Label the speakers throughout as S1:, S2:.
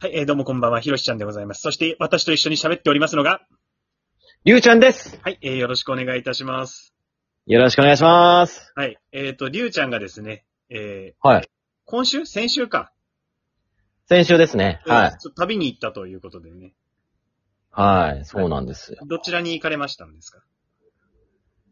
S1: はい、えーどうもこんばんは、ひろしちゃんでございます。そして、私と一緒に喋っておりますのが、
S2: りゅうちゃんです。
S1: はい、えーよろしくお願いいたします。
S2: よろしくお願いします。
S1: はい、えっ、と、りゅうちゃんがですね、えー
S2: はい。
S1: 今週先週か。
S2: 先週ですね。は
S1: えー
S2: い。
S1: ちょっと旅に行ったということでね。
S2: はい。そうなんですよ。
S1: どちらに行かれましたんですか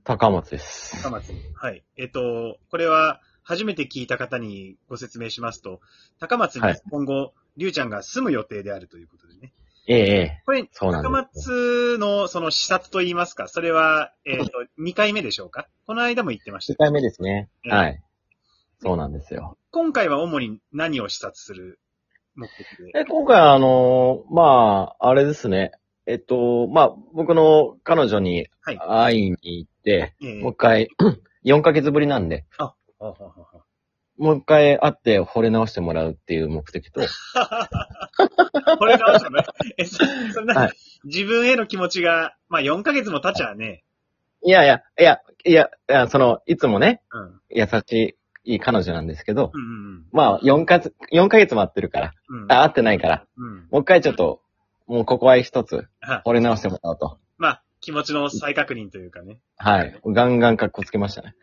S2: 高松です
S1: 高。松に。はい。えっ、と、これは、初めて聞いた方にご説明しますと、高松に
S2: はい
S1: 今後、りゅうちゃんが住む予定であるということでね。
S2: ええ、え
S1: これ、
S2: そうなん
S1: 高
S2: です
S1: 松のその視察といいますか、それは、えっ、と、2回目でしょうかこの間も行ってまし
S2: え。
S1: た
S2: 1。回目ですね。
S1: ええ
S2: はい。そうなんですよ。
S1: 今回は主に何を視察する目的で。
S2: え、今回あのーまあ、あれですね。えっと、まあ、僕の彼女に
S1: はい
S2: 会いに行って、
S1: ええ
S2: もう一回、4ヶ月ぶりなんで、
S1: あははは
S2: もう一回会って惚れ直してもらうっていう目的と、
S1: はこれが面白いね。え、そそんな、
S2: はい
S1: 自分への気持ちが、まあ4ヶ月も経っちゃうね。
S2: いやいや、いや、いや、いやその、いつもね、
S1: うん。うん
S2: 優しい彼女なんですけど、
S1: うん
S2: まあ、4ヶ月、4ヶ月も会ってるから、
S1: うん。うん
S2: あ、会ってないから、
S1: うん。
S2: もう一回ちょっと、もうここは一つ、
S1: はい
S2: 惚れ直してもらおうと。
S1: まあ、気持ちの再確認というかね。
S2: はい。ガンガン格好つけました ね。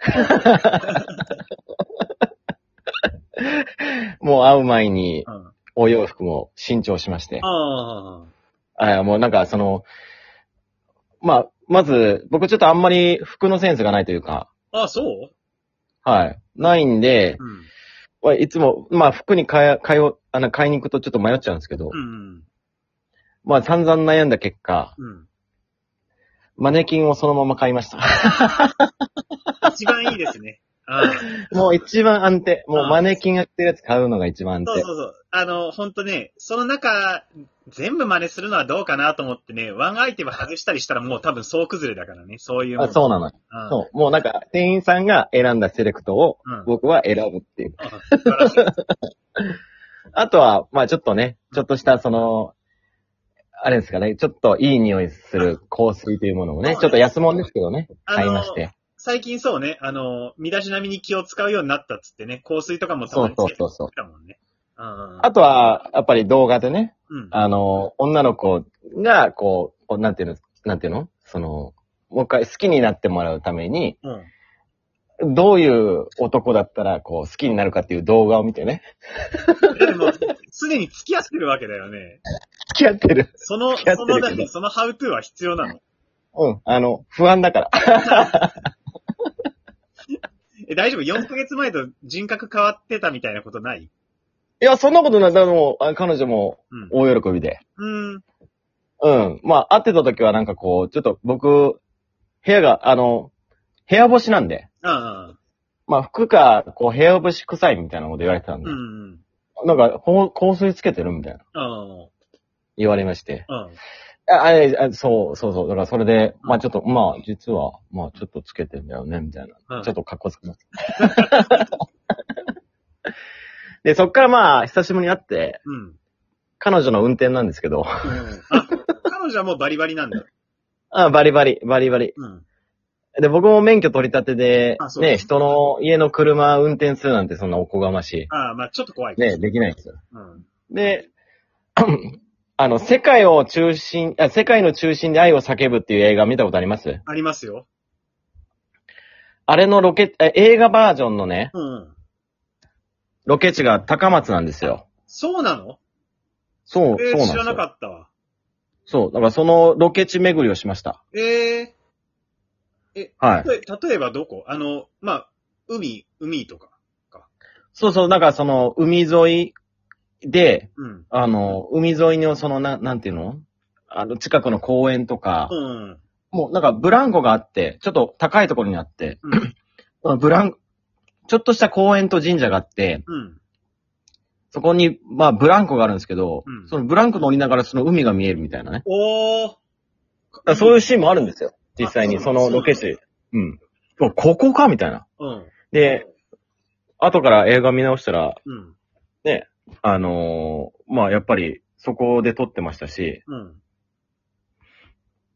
S2: もう会う前に
S1: う、ん。
S2: お洋服も新調しまして。
S1: ああ。
S2: あもうなんかその、まあ、まず、僕ちょっとあんまり服のセンスがないというか、
S1: ああ、そう
S2: はい。ないんで、
S1: うん。
S2: まあいつも、まあ服に買い、買いを、あの、買いに行くとちょっと迷っちゃうんですけど、
S1: うん。
S2: まあ散々悩んだ結果、
S1: うん。
S2: マネキンをそのまま買いました。
S1: 一番いいですね。ああ
S2: もう一番安定。もうマネキンが売ってるやつ買うのが一番安
S1: そう
S2: 定。
S1: そうそう。あの、ほんとね、その中、全部真似するのはどうかなと思ってね、ワンアイテム外したりしたらもう多分総崩れだからね、そういうもん。
S2: あそうなの。
S1: うん
S2: そう。もうなんか、店員さんが選んだセレクトを
S1: うん。
S2: 僕は選ぶっていう。
S1: あ素晴らしい。
S2: あとは、まあちょっとね、ちょっとしたその、あれですかね、ちょっといい匂いする香水というものをね
S1: あ、
S2: ちょっと安物ですけどね、
S1: あ
S2: 買い
S1: の
S2: まし、て。
S1: 最近そうね、あの、身だしなみに気を使うようになったっつってね、香水とかもた
S2: そ
S1: ま
S2: う
S1: につ
S2: そう
S1: けて
S2: そうそう。
S1: たもんね。うん。
S2: あとは、やっぱり動画でね、
S1: うん。
S2: あの、女の子が、こうこう、なんていうの、なんていうのその、もう一回好きになってもらうために、
S1: うん。
S2: どういう男だったら、こう、好きになるかっていう動画を見てね。
S1: でも、すでに付き合ってるわけだよね。
S2: 付き合ってる。
S1: その、
S2: 付き合っ
S1: そ
S2: て
S1: の
S2: るけど
S1: 何、そのハウトゥーは必要なの。
S2: うん。あの、不安だから。
S1: え、大丈夫 ?4 ヶ月前と人格変わってたみたいなことない
S2: いや、そんなことない。でも、あ彼女も
S1: うん。
S2: 大喜びで。
S1: うん。
S2: うん。まあ、会ってた時はなんかこう、ちょっと僕、部屋が、あの、部屋干しなんで。
S1: ああ。
S2: まあ、服か、こう、部屋干し臭いみたいなこと言われてたんで。
S1: うん。
S2: なんか、ほう香水つけてるみたいな。
S1: うん。
S2: 言われまして。
S1: うん。
S2: あ、あれ、あそう、そうそう。だからそれで、まあちょっと、まあ実は、まあちょっとつけてんだよね、みたいな。
S1: うん
S2: ちょっと格好つきます。 で、そっからまあ、久しぶりに会って、
S1: うん。
S2: 彼女の運転なんですけど、
S1: あ、彼女はもうバリバリなんだ。
S2: あバリバリ、バリバリ。
S1: うん。
S2: で、僕も免許取り立てで
S1: あ、そう
S2: ね、人の家の車運転するなんてそんなおこがまし
S1: ああ、まあちょっと怖い
S2: い。。ね、できないんですよ。
S1: うん。
S2: で、あの、世界を中心、あ世界の中心で愛を叫ぶっていう映画見たことあります
S1: ありますよ。
S2: あれのロケ、え映画バージョンのね、
S1: うん。
S2: ロケ地が高松なんですよ。
S1: そうなの
S2: そう、
S1: え
S2: そう
S1: ー、
S2: なん
S1: 知
S2: で
S1: ら
S2: す
S1: なか
S2: よ。
S1: ったわ。
S2: そう、だからそのロケ地巡りをしました。
S1: ええ
S2: はい。
S1: 例えばどこあの、まあ、海、海とか。
S2: そうそう、だからその海沿いで、
S1: うん。
S2: あの、海沿いのその、ななんていうのあの、近くの公園とか
S1: う、ん。
S2: もうなんかブランコがあって、ちょっと高いところにあって、
S1: うん。
S2: そのブラン、ちょっとした公園と神社があって、
S1: うん。
S2: そこに、まあブランコがあるんですけど、
S1: うん
S2: そのブランコ乗りながらその海が見えるみたいなね。
S1: おー。
S2: だからそういうシーンもあるんですよ。実際に、
S1: あ
S2: そのロケ地。うん。おここかみたいな。
S1: うん。
S2: で、後から映画見直したら、
S1: うん。
S2: あのーまあ、やっぱり、そこで撮ってましたし、
S1: うん。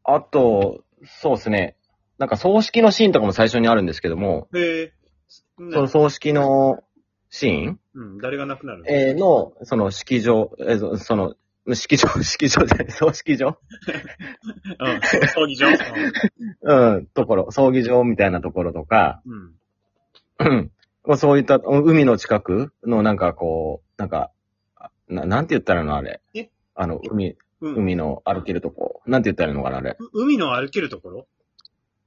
S2: あと、そうですね。なんか葬式のシーンとかも最初にあるんですけども、
S1: へえ
S2: その葬式のシーン
S1: うん。誰が亡くなる
S2: えーの、その式場、えーそその、式場、 式場じゃない、葬式場
S1: うん。葬儀場
S2: うん、ところ、葬儀場みたいなところとか、
S1: うん。
S2: うんまあそういった、うん海の近くのなんかこう、なんか、あななんて言ったらいいのあれ
S1: え。
S2: あの、海、
S1: うん。うん、
S2: 海の歩けるとこ。なんて言ったらいいのかなあれ。
S1: 海の歩けるところ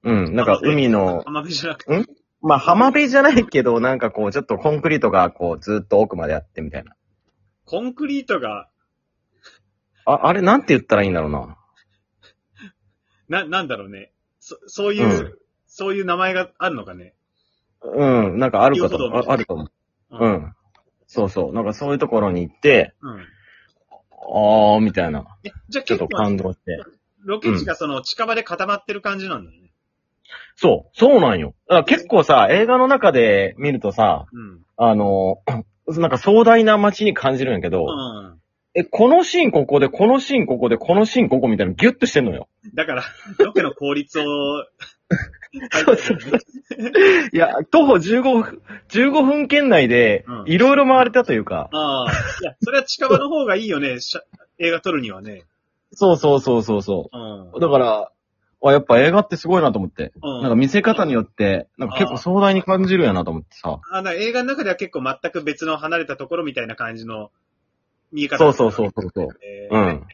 S2: うん、なんか海の、
S1: 浜辺じゃなくて。
S2: まあ浜辺じゃないけど、なんかこう、ちょっとコンクリートがこう、ずっと奥まであってみたいな。
S1: コンクリートが、
S2: あ、あれなんて言ったらいいんだろうな。
S1: な、なんだろうね。そ、そういう、
S2: うん
S1: そういう名前があるのかね。
S2: うん、なんかあるかと
S1: 遊歩道みたいな
S2: ああると思う。
S1: う
S2: う。ん。そうそう。なんかそういうところに行って、
S1: うん。
S2: あー、みたいな。
S1: え、じゃあ
S2: ちょっ
S1: 結
S2: と
S1: 構、
S2: 感動して。
S1: ロケ地がその近場で固まってる感じなんだね。
S2: そう、そうなんよ。だから結構さ、映画の中で見るとさ、
S1: うん。
S2: あの、 なんか壮大な街に感じるんやけ
S1: う
S2: ど、
S1: ん。
S2: え、このシーンここで、このシーンここで、このシーンここみたいなのギュッとしてんのよ。
S1: だから、ロケの効 率を、
S2: そうそうそういや、徒歩15分、15分圏内で
S1: うん、
S2: いろいろ回れたというか、
S1: ああ。いや、それは近場の方がいいよね。しゃ映画撮るにはね。
S2: そうそうそうそうそ
S1: うん。
S2: う。だから、あ、やっぱ映画ってすごいなと思って。
S1: うん
S2: なんか見せ方によって、なんか結構壮大に感じるやなと思ってさ。
S1: あ、だから映画の中では結構全く別の離れたところみたいな感じの見え方。
S2: そうそうそうそうそう。
S1: えー
S2: うん。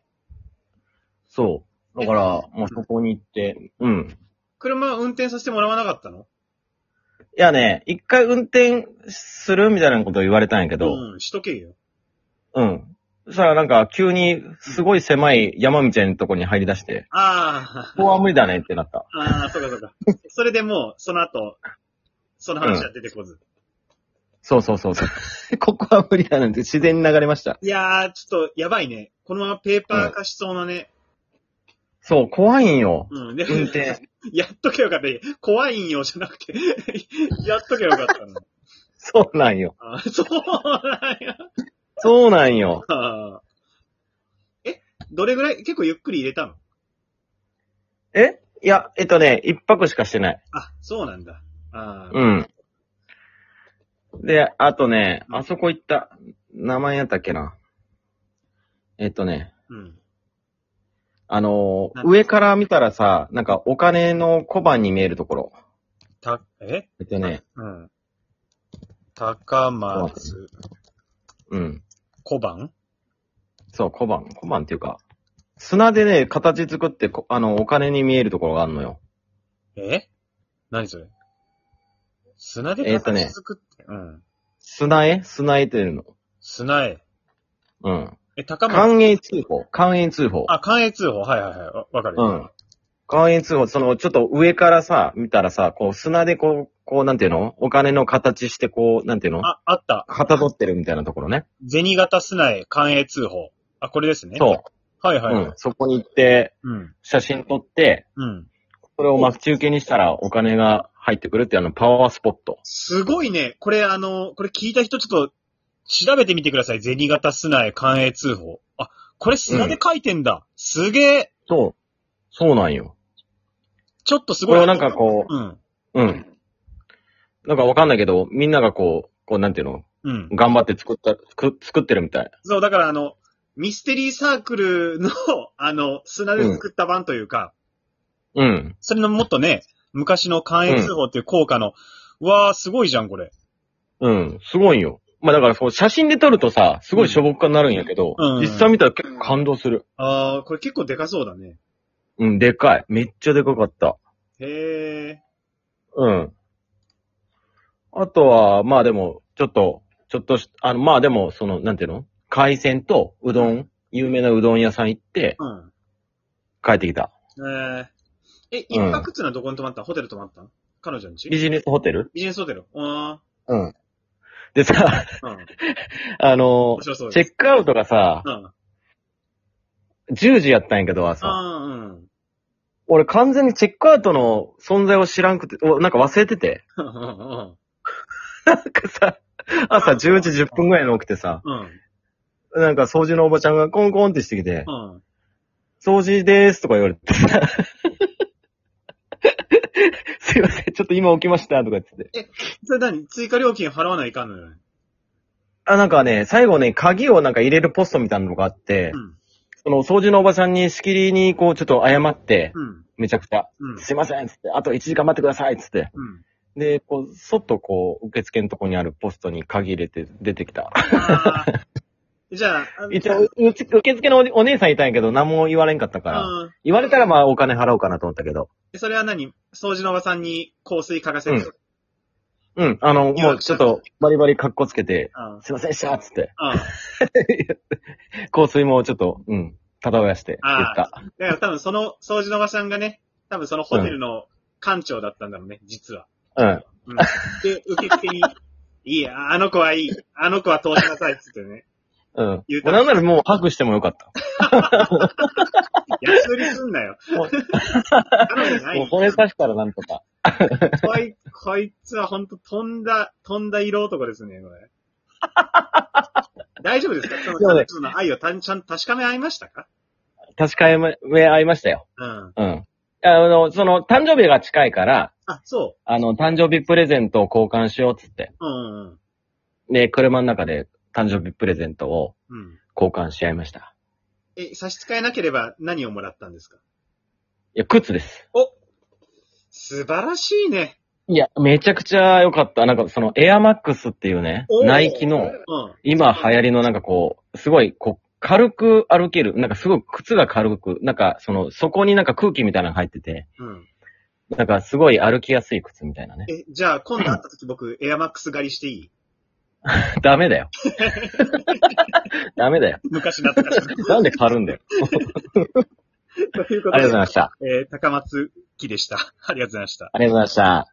S2: そう。だから、もうそこに行って、うん。
S1: 車を運転させてもらわなかったの
S2: いやね、一回運転するみたいなことを言われたんやけど、
S1: うん、しとけよ。
S2: うん。そしたらなんか急にすごい狭い山みたいなとこに入り出して、
S1: あ
S2: ここは無理だねってなった。
S1: あ、ああ、そうかそうか。それでもう、その後、その話は出てこず。
S2: そうそうそうそう。 ここは無理だねって自然に流れました。
S1: いやー、ちょっと、やばいね。このままペーパー化しそうなね。
S2: そう、怖いんよ。
S1: うん、で、
S2: 運転。
S1: やっとけよかった。怖いんよじゃなくて、 やっとけよかったの。
S2: そうなんよ。
S1: あーそうなんや。
S2: そうなんよ。
S1: あーえ、どれぐらい、結構ゆっくり入れたの
S2: えいや、えっとね、一泊しかしてない。
S1: あ、そうなんだ。あー
S2: うん。で、あとね、あそこ行った、名前やったっけな。えっとね、
S1: うん。
S2: あの
S1: な
S2: ー、上から見たらさ、なんかお金の小判に見えるところ。
S1: た、え
S2: えっとね、
S1: うん。高松、
S2: うん。
S1: 小判
S2: そう、小判、小判っていうか、砂でね、形作ってこ、あの、お金に見えるところがあるのよ。
S1: え何それ砂で
S2: えーとね
S1: 形作って、うん。
S2: 砂絵砂絵っていうの。
S1: 砂絵。
S2: うん。
S1: え、高松。
S2: 関営通報。関営通報。
S1: あ、関営通報。はいはいはい。わわかる。
S2: うん。関営通報、その、ちょっと上からさ、見たらさ、こう、砂でこう、こう、なんていうのお金の形して、こう、なんていうの
S1: あ、あった。
S2: かたどってるみたいなところね。
S1: 銭形砂絵、関営通報。あ、これですね。。
S2: そう
S1: はい。はい、は
S2: う
S1: い
S2: ん。そこに行って、
S1: うん。
S2: 写真撮って、
S1: うん。
S2: それを待ち受けにしたらお金が入ってくるっていうあの、パワースポット。
S1: すごいね。これ、あの、これ聞いた人ちょっと、調べてみてください。銭形砂絵、関営通報。あ、これ砂で書いてんだ。すげえ。
S2: そう。そうなんよ。
S1: ちょっとすごい。
S2: これをなんかこ
S1: うん。
S2: う、うん。なんかわかんないけど、みんながこう、こう、なんていうの
S1: うん。
S2: 頑張って作った、作作ってるみたい。
S1: そう、だからあの、ミステリーサークルの、 あの、砂で作った版というか、
S2: うん。
S1: それのもっとね、昔の関越通報っていう効果の、うわー、すごいじゃん、これ。
S2: うん。すごいよ。まあだからそう、写真で撮るとさ、すごいしょぼっかになるんやけど、
S1: うん
S2: 実際見たら結構感動する。
S1: あー、これ結構でかそうだね。
S2: うん、でかい。めっちゃでかかった。
S1: へー。
S2: うん。あとは、まあでも、ちょっと、ちょっとし、あの、まあでも、その、なんていうの海鮮とうどん、有名なうどん屋さん行って
S1: うん。
S2: 帰ってきた。
S1: えー、え、一
S2: うん
S1: 泊っていうのはどこに泊まったのホテル泊まったの彼女の家
S2: ビジネスホテル
S1: ビジネスホテル。あ
S2: うん。でさ、
S1: ー。うん。
S2: あの
S1: 面、白そう
S2: チェ
S1: で
S2: ックアウトがさ、
S1: うん。あ
S2: 10時やったんやけどさ、
S1: あー、うん。
S2: 俺完全にチェックアウトの存在を知らんくて、おなんか忘れてて、
S1: うん。
S2: なんかさ、朝10時10分ぐらいに起きてさ、
S1: うん。
S2: なんか掃除のおばちゃんがコンコンってしてきて、
S1: うん。
S2: 掃除でーすとか言われてさ。 すいません、ちょっと今起きましたとか言ってて。
S1: それ何追加料金払わないかんのよね。
S2: あ、なんかね、最後ね、鍵をなんか入れるポストみたいなのがあって
S1: う、ん。
S2: その掃除のおばさんにしきりにこうちょっと謝って、
S1: うん。
S2: めちゃくちゃ、
S1: うん。
S2: すいませんっつって、あと1時間待ってくださいっつって。
S1: うん。
S2: で、こう、そっとこう、受付のとこにあるポストに鍵入れて出てきた。
S1: あーじゃあ、あの
S2: 一応、うち受付のおじお姉さんいたんやけど、何も言われんかったから、
S1: うん。
S2: 言われたらまあお金払おうかなと思ったけど、
S1: でそれは何掃除のおばさんに香水嗅がせる。
S2: うんうん、あの、もうちょっとバリバリ格好つけて、
S1: あー
S2: すいませんでしたっつって、
S1: あー
S2: 香水もちょっと、うん、漂わして言
S1: あ
S2: っ
S1: ー
S2: た。
S1: だから多分その掃除のおばさんがね、多分そのホテルの館長だったんだろうね、実は。
S2: うん。
S1: うん、で、受付に、いいや、あの子はいい、あの子は通しなさいっつってね。
S2: うん。
S1: 言うた
S2: なんならもうハグしてもよかった。
S1: 安売りすんなよ。
S2: もう
S1: 彼女ない
S2: もう惚れさしたらなんとか。
S1: こいこいつはほんと飛んだ、飛んだ色男ですね、こ れ。大丈夫ですかその彼女の愛をたんちゃんと確かめ合いましたか
S2: 確かめ合いましたよ。
S1: うん。
S2: うん。あの、その、誕生日が近いから、
S1: あ、そ
S2: あの、誕生日プレゼントを交換しようっつって。
S1: う。うんうん
S2: で、車の中で誕生日プレゼントを
S1: うん。うん。
S2: 交換し合いました。
S1: え、差し支えなければ何をもらったんですか
S2: いや、靴です。
S1: 素晴らしいね。
S2: いや、めちゃくちゃ良かった。なんかその、エアマックスっていうね
S1: お、ー
S2: ナイキの、
S1: うん。
S2: 今流行りのなんかこう、すごい、こう、軽く歩ける。なんかすごい靴が軽く、なんかその、そこになんか空気みたいなのが入ってて、
S1: うん。
S2: なんかすごい歩きやすい靴みたいなね。
S1: え、じゃあ今度会った時僕、エアマックス狩りしていい
S2: ダメだよ。 ダメだよ。
S1: 昔懐かしい。
S2: なんで軽るんだよ。
S1: というこ
S2: あ
S1: と
S2: りがとうご
S1: で
S2: ざい、ました。
S1: えー高松木でした。ありがとうございました。
S2: ありがとうございました。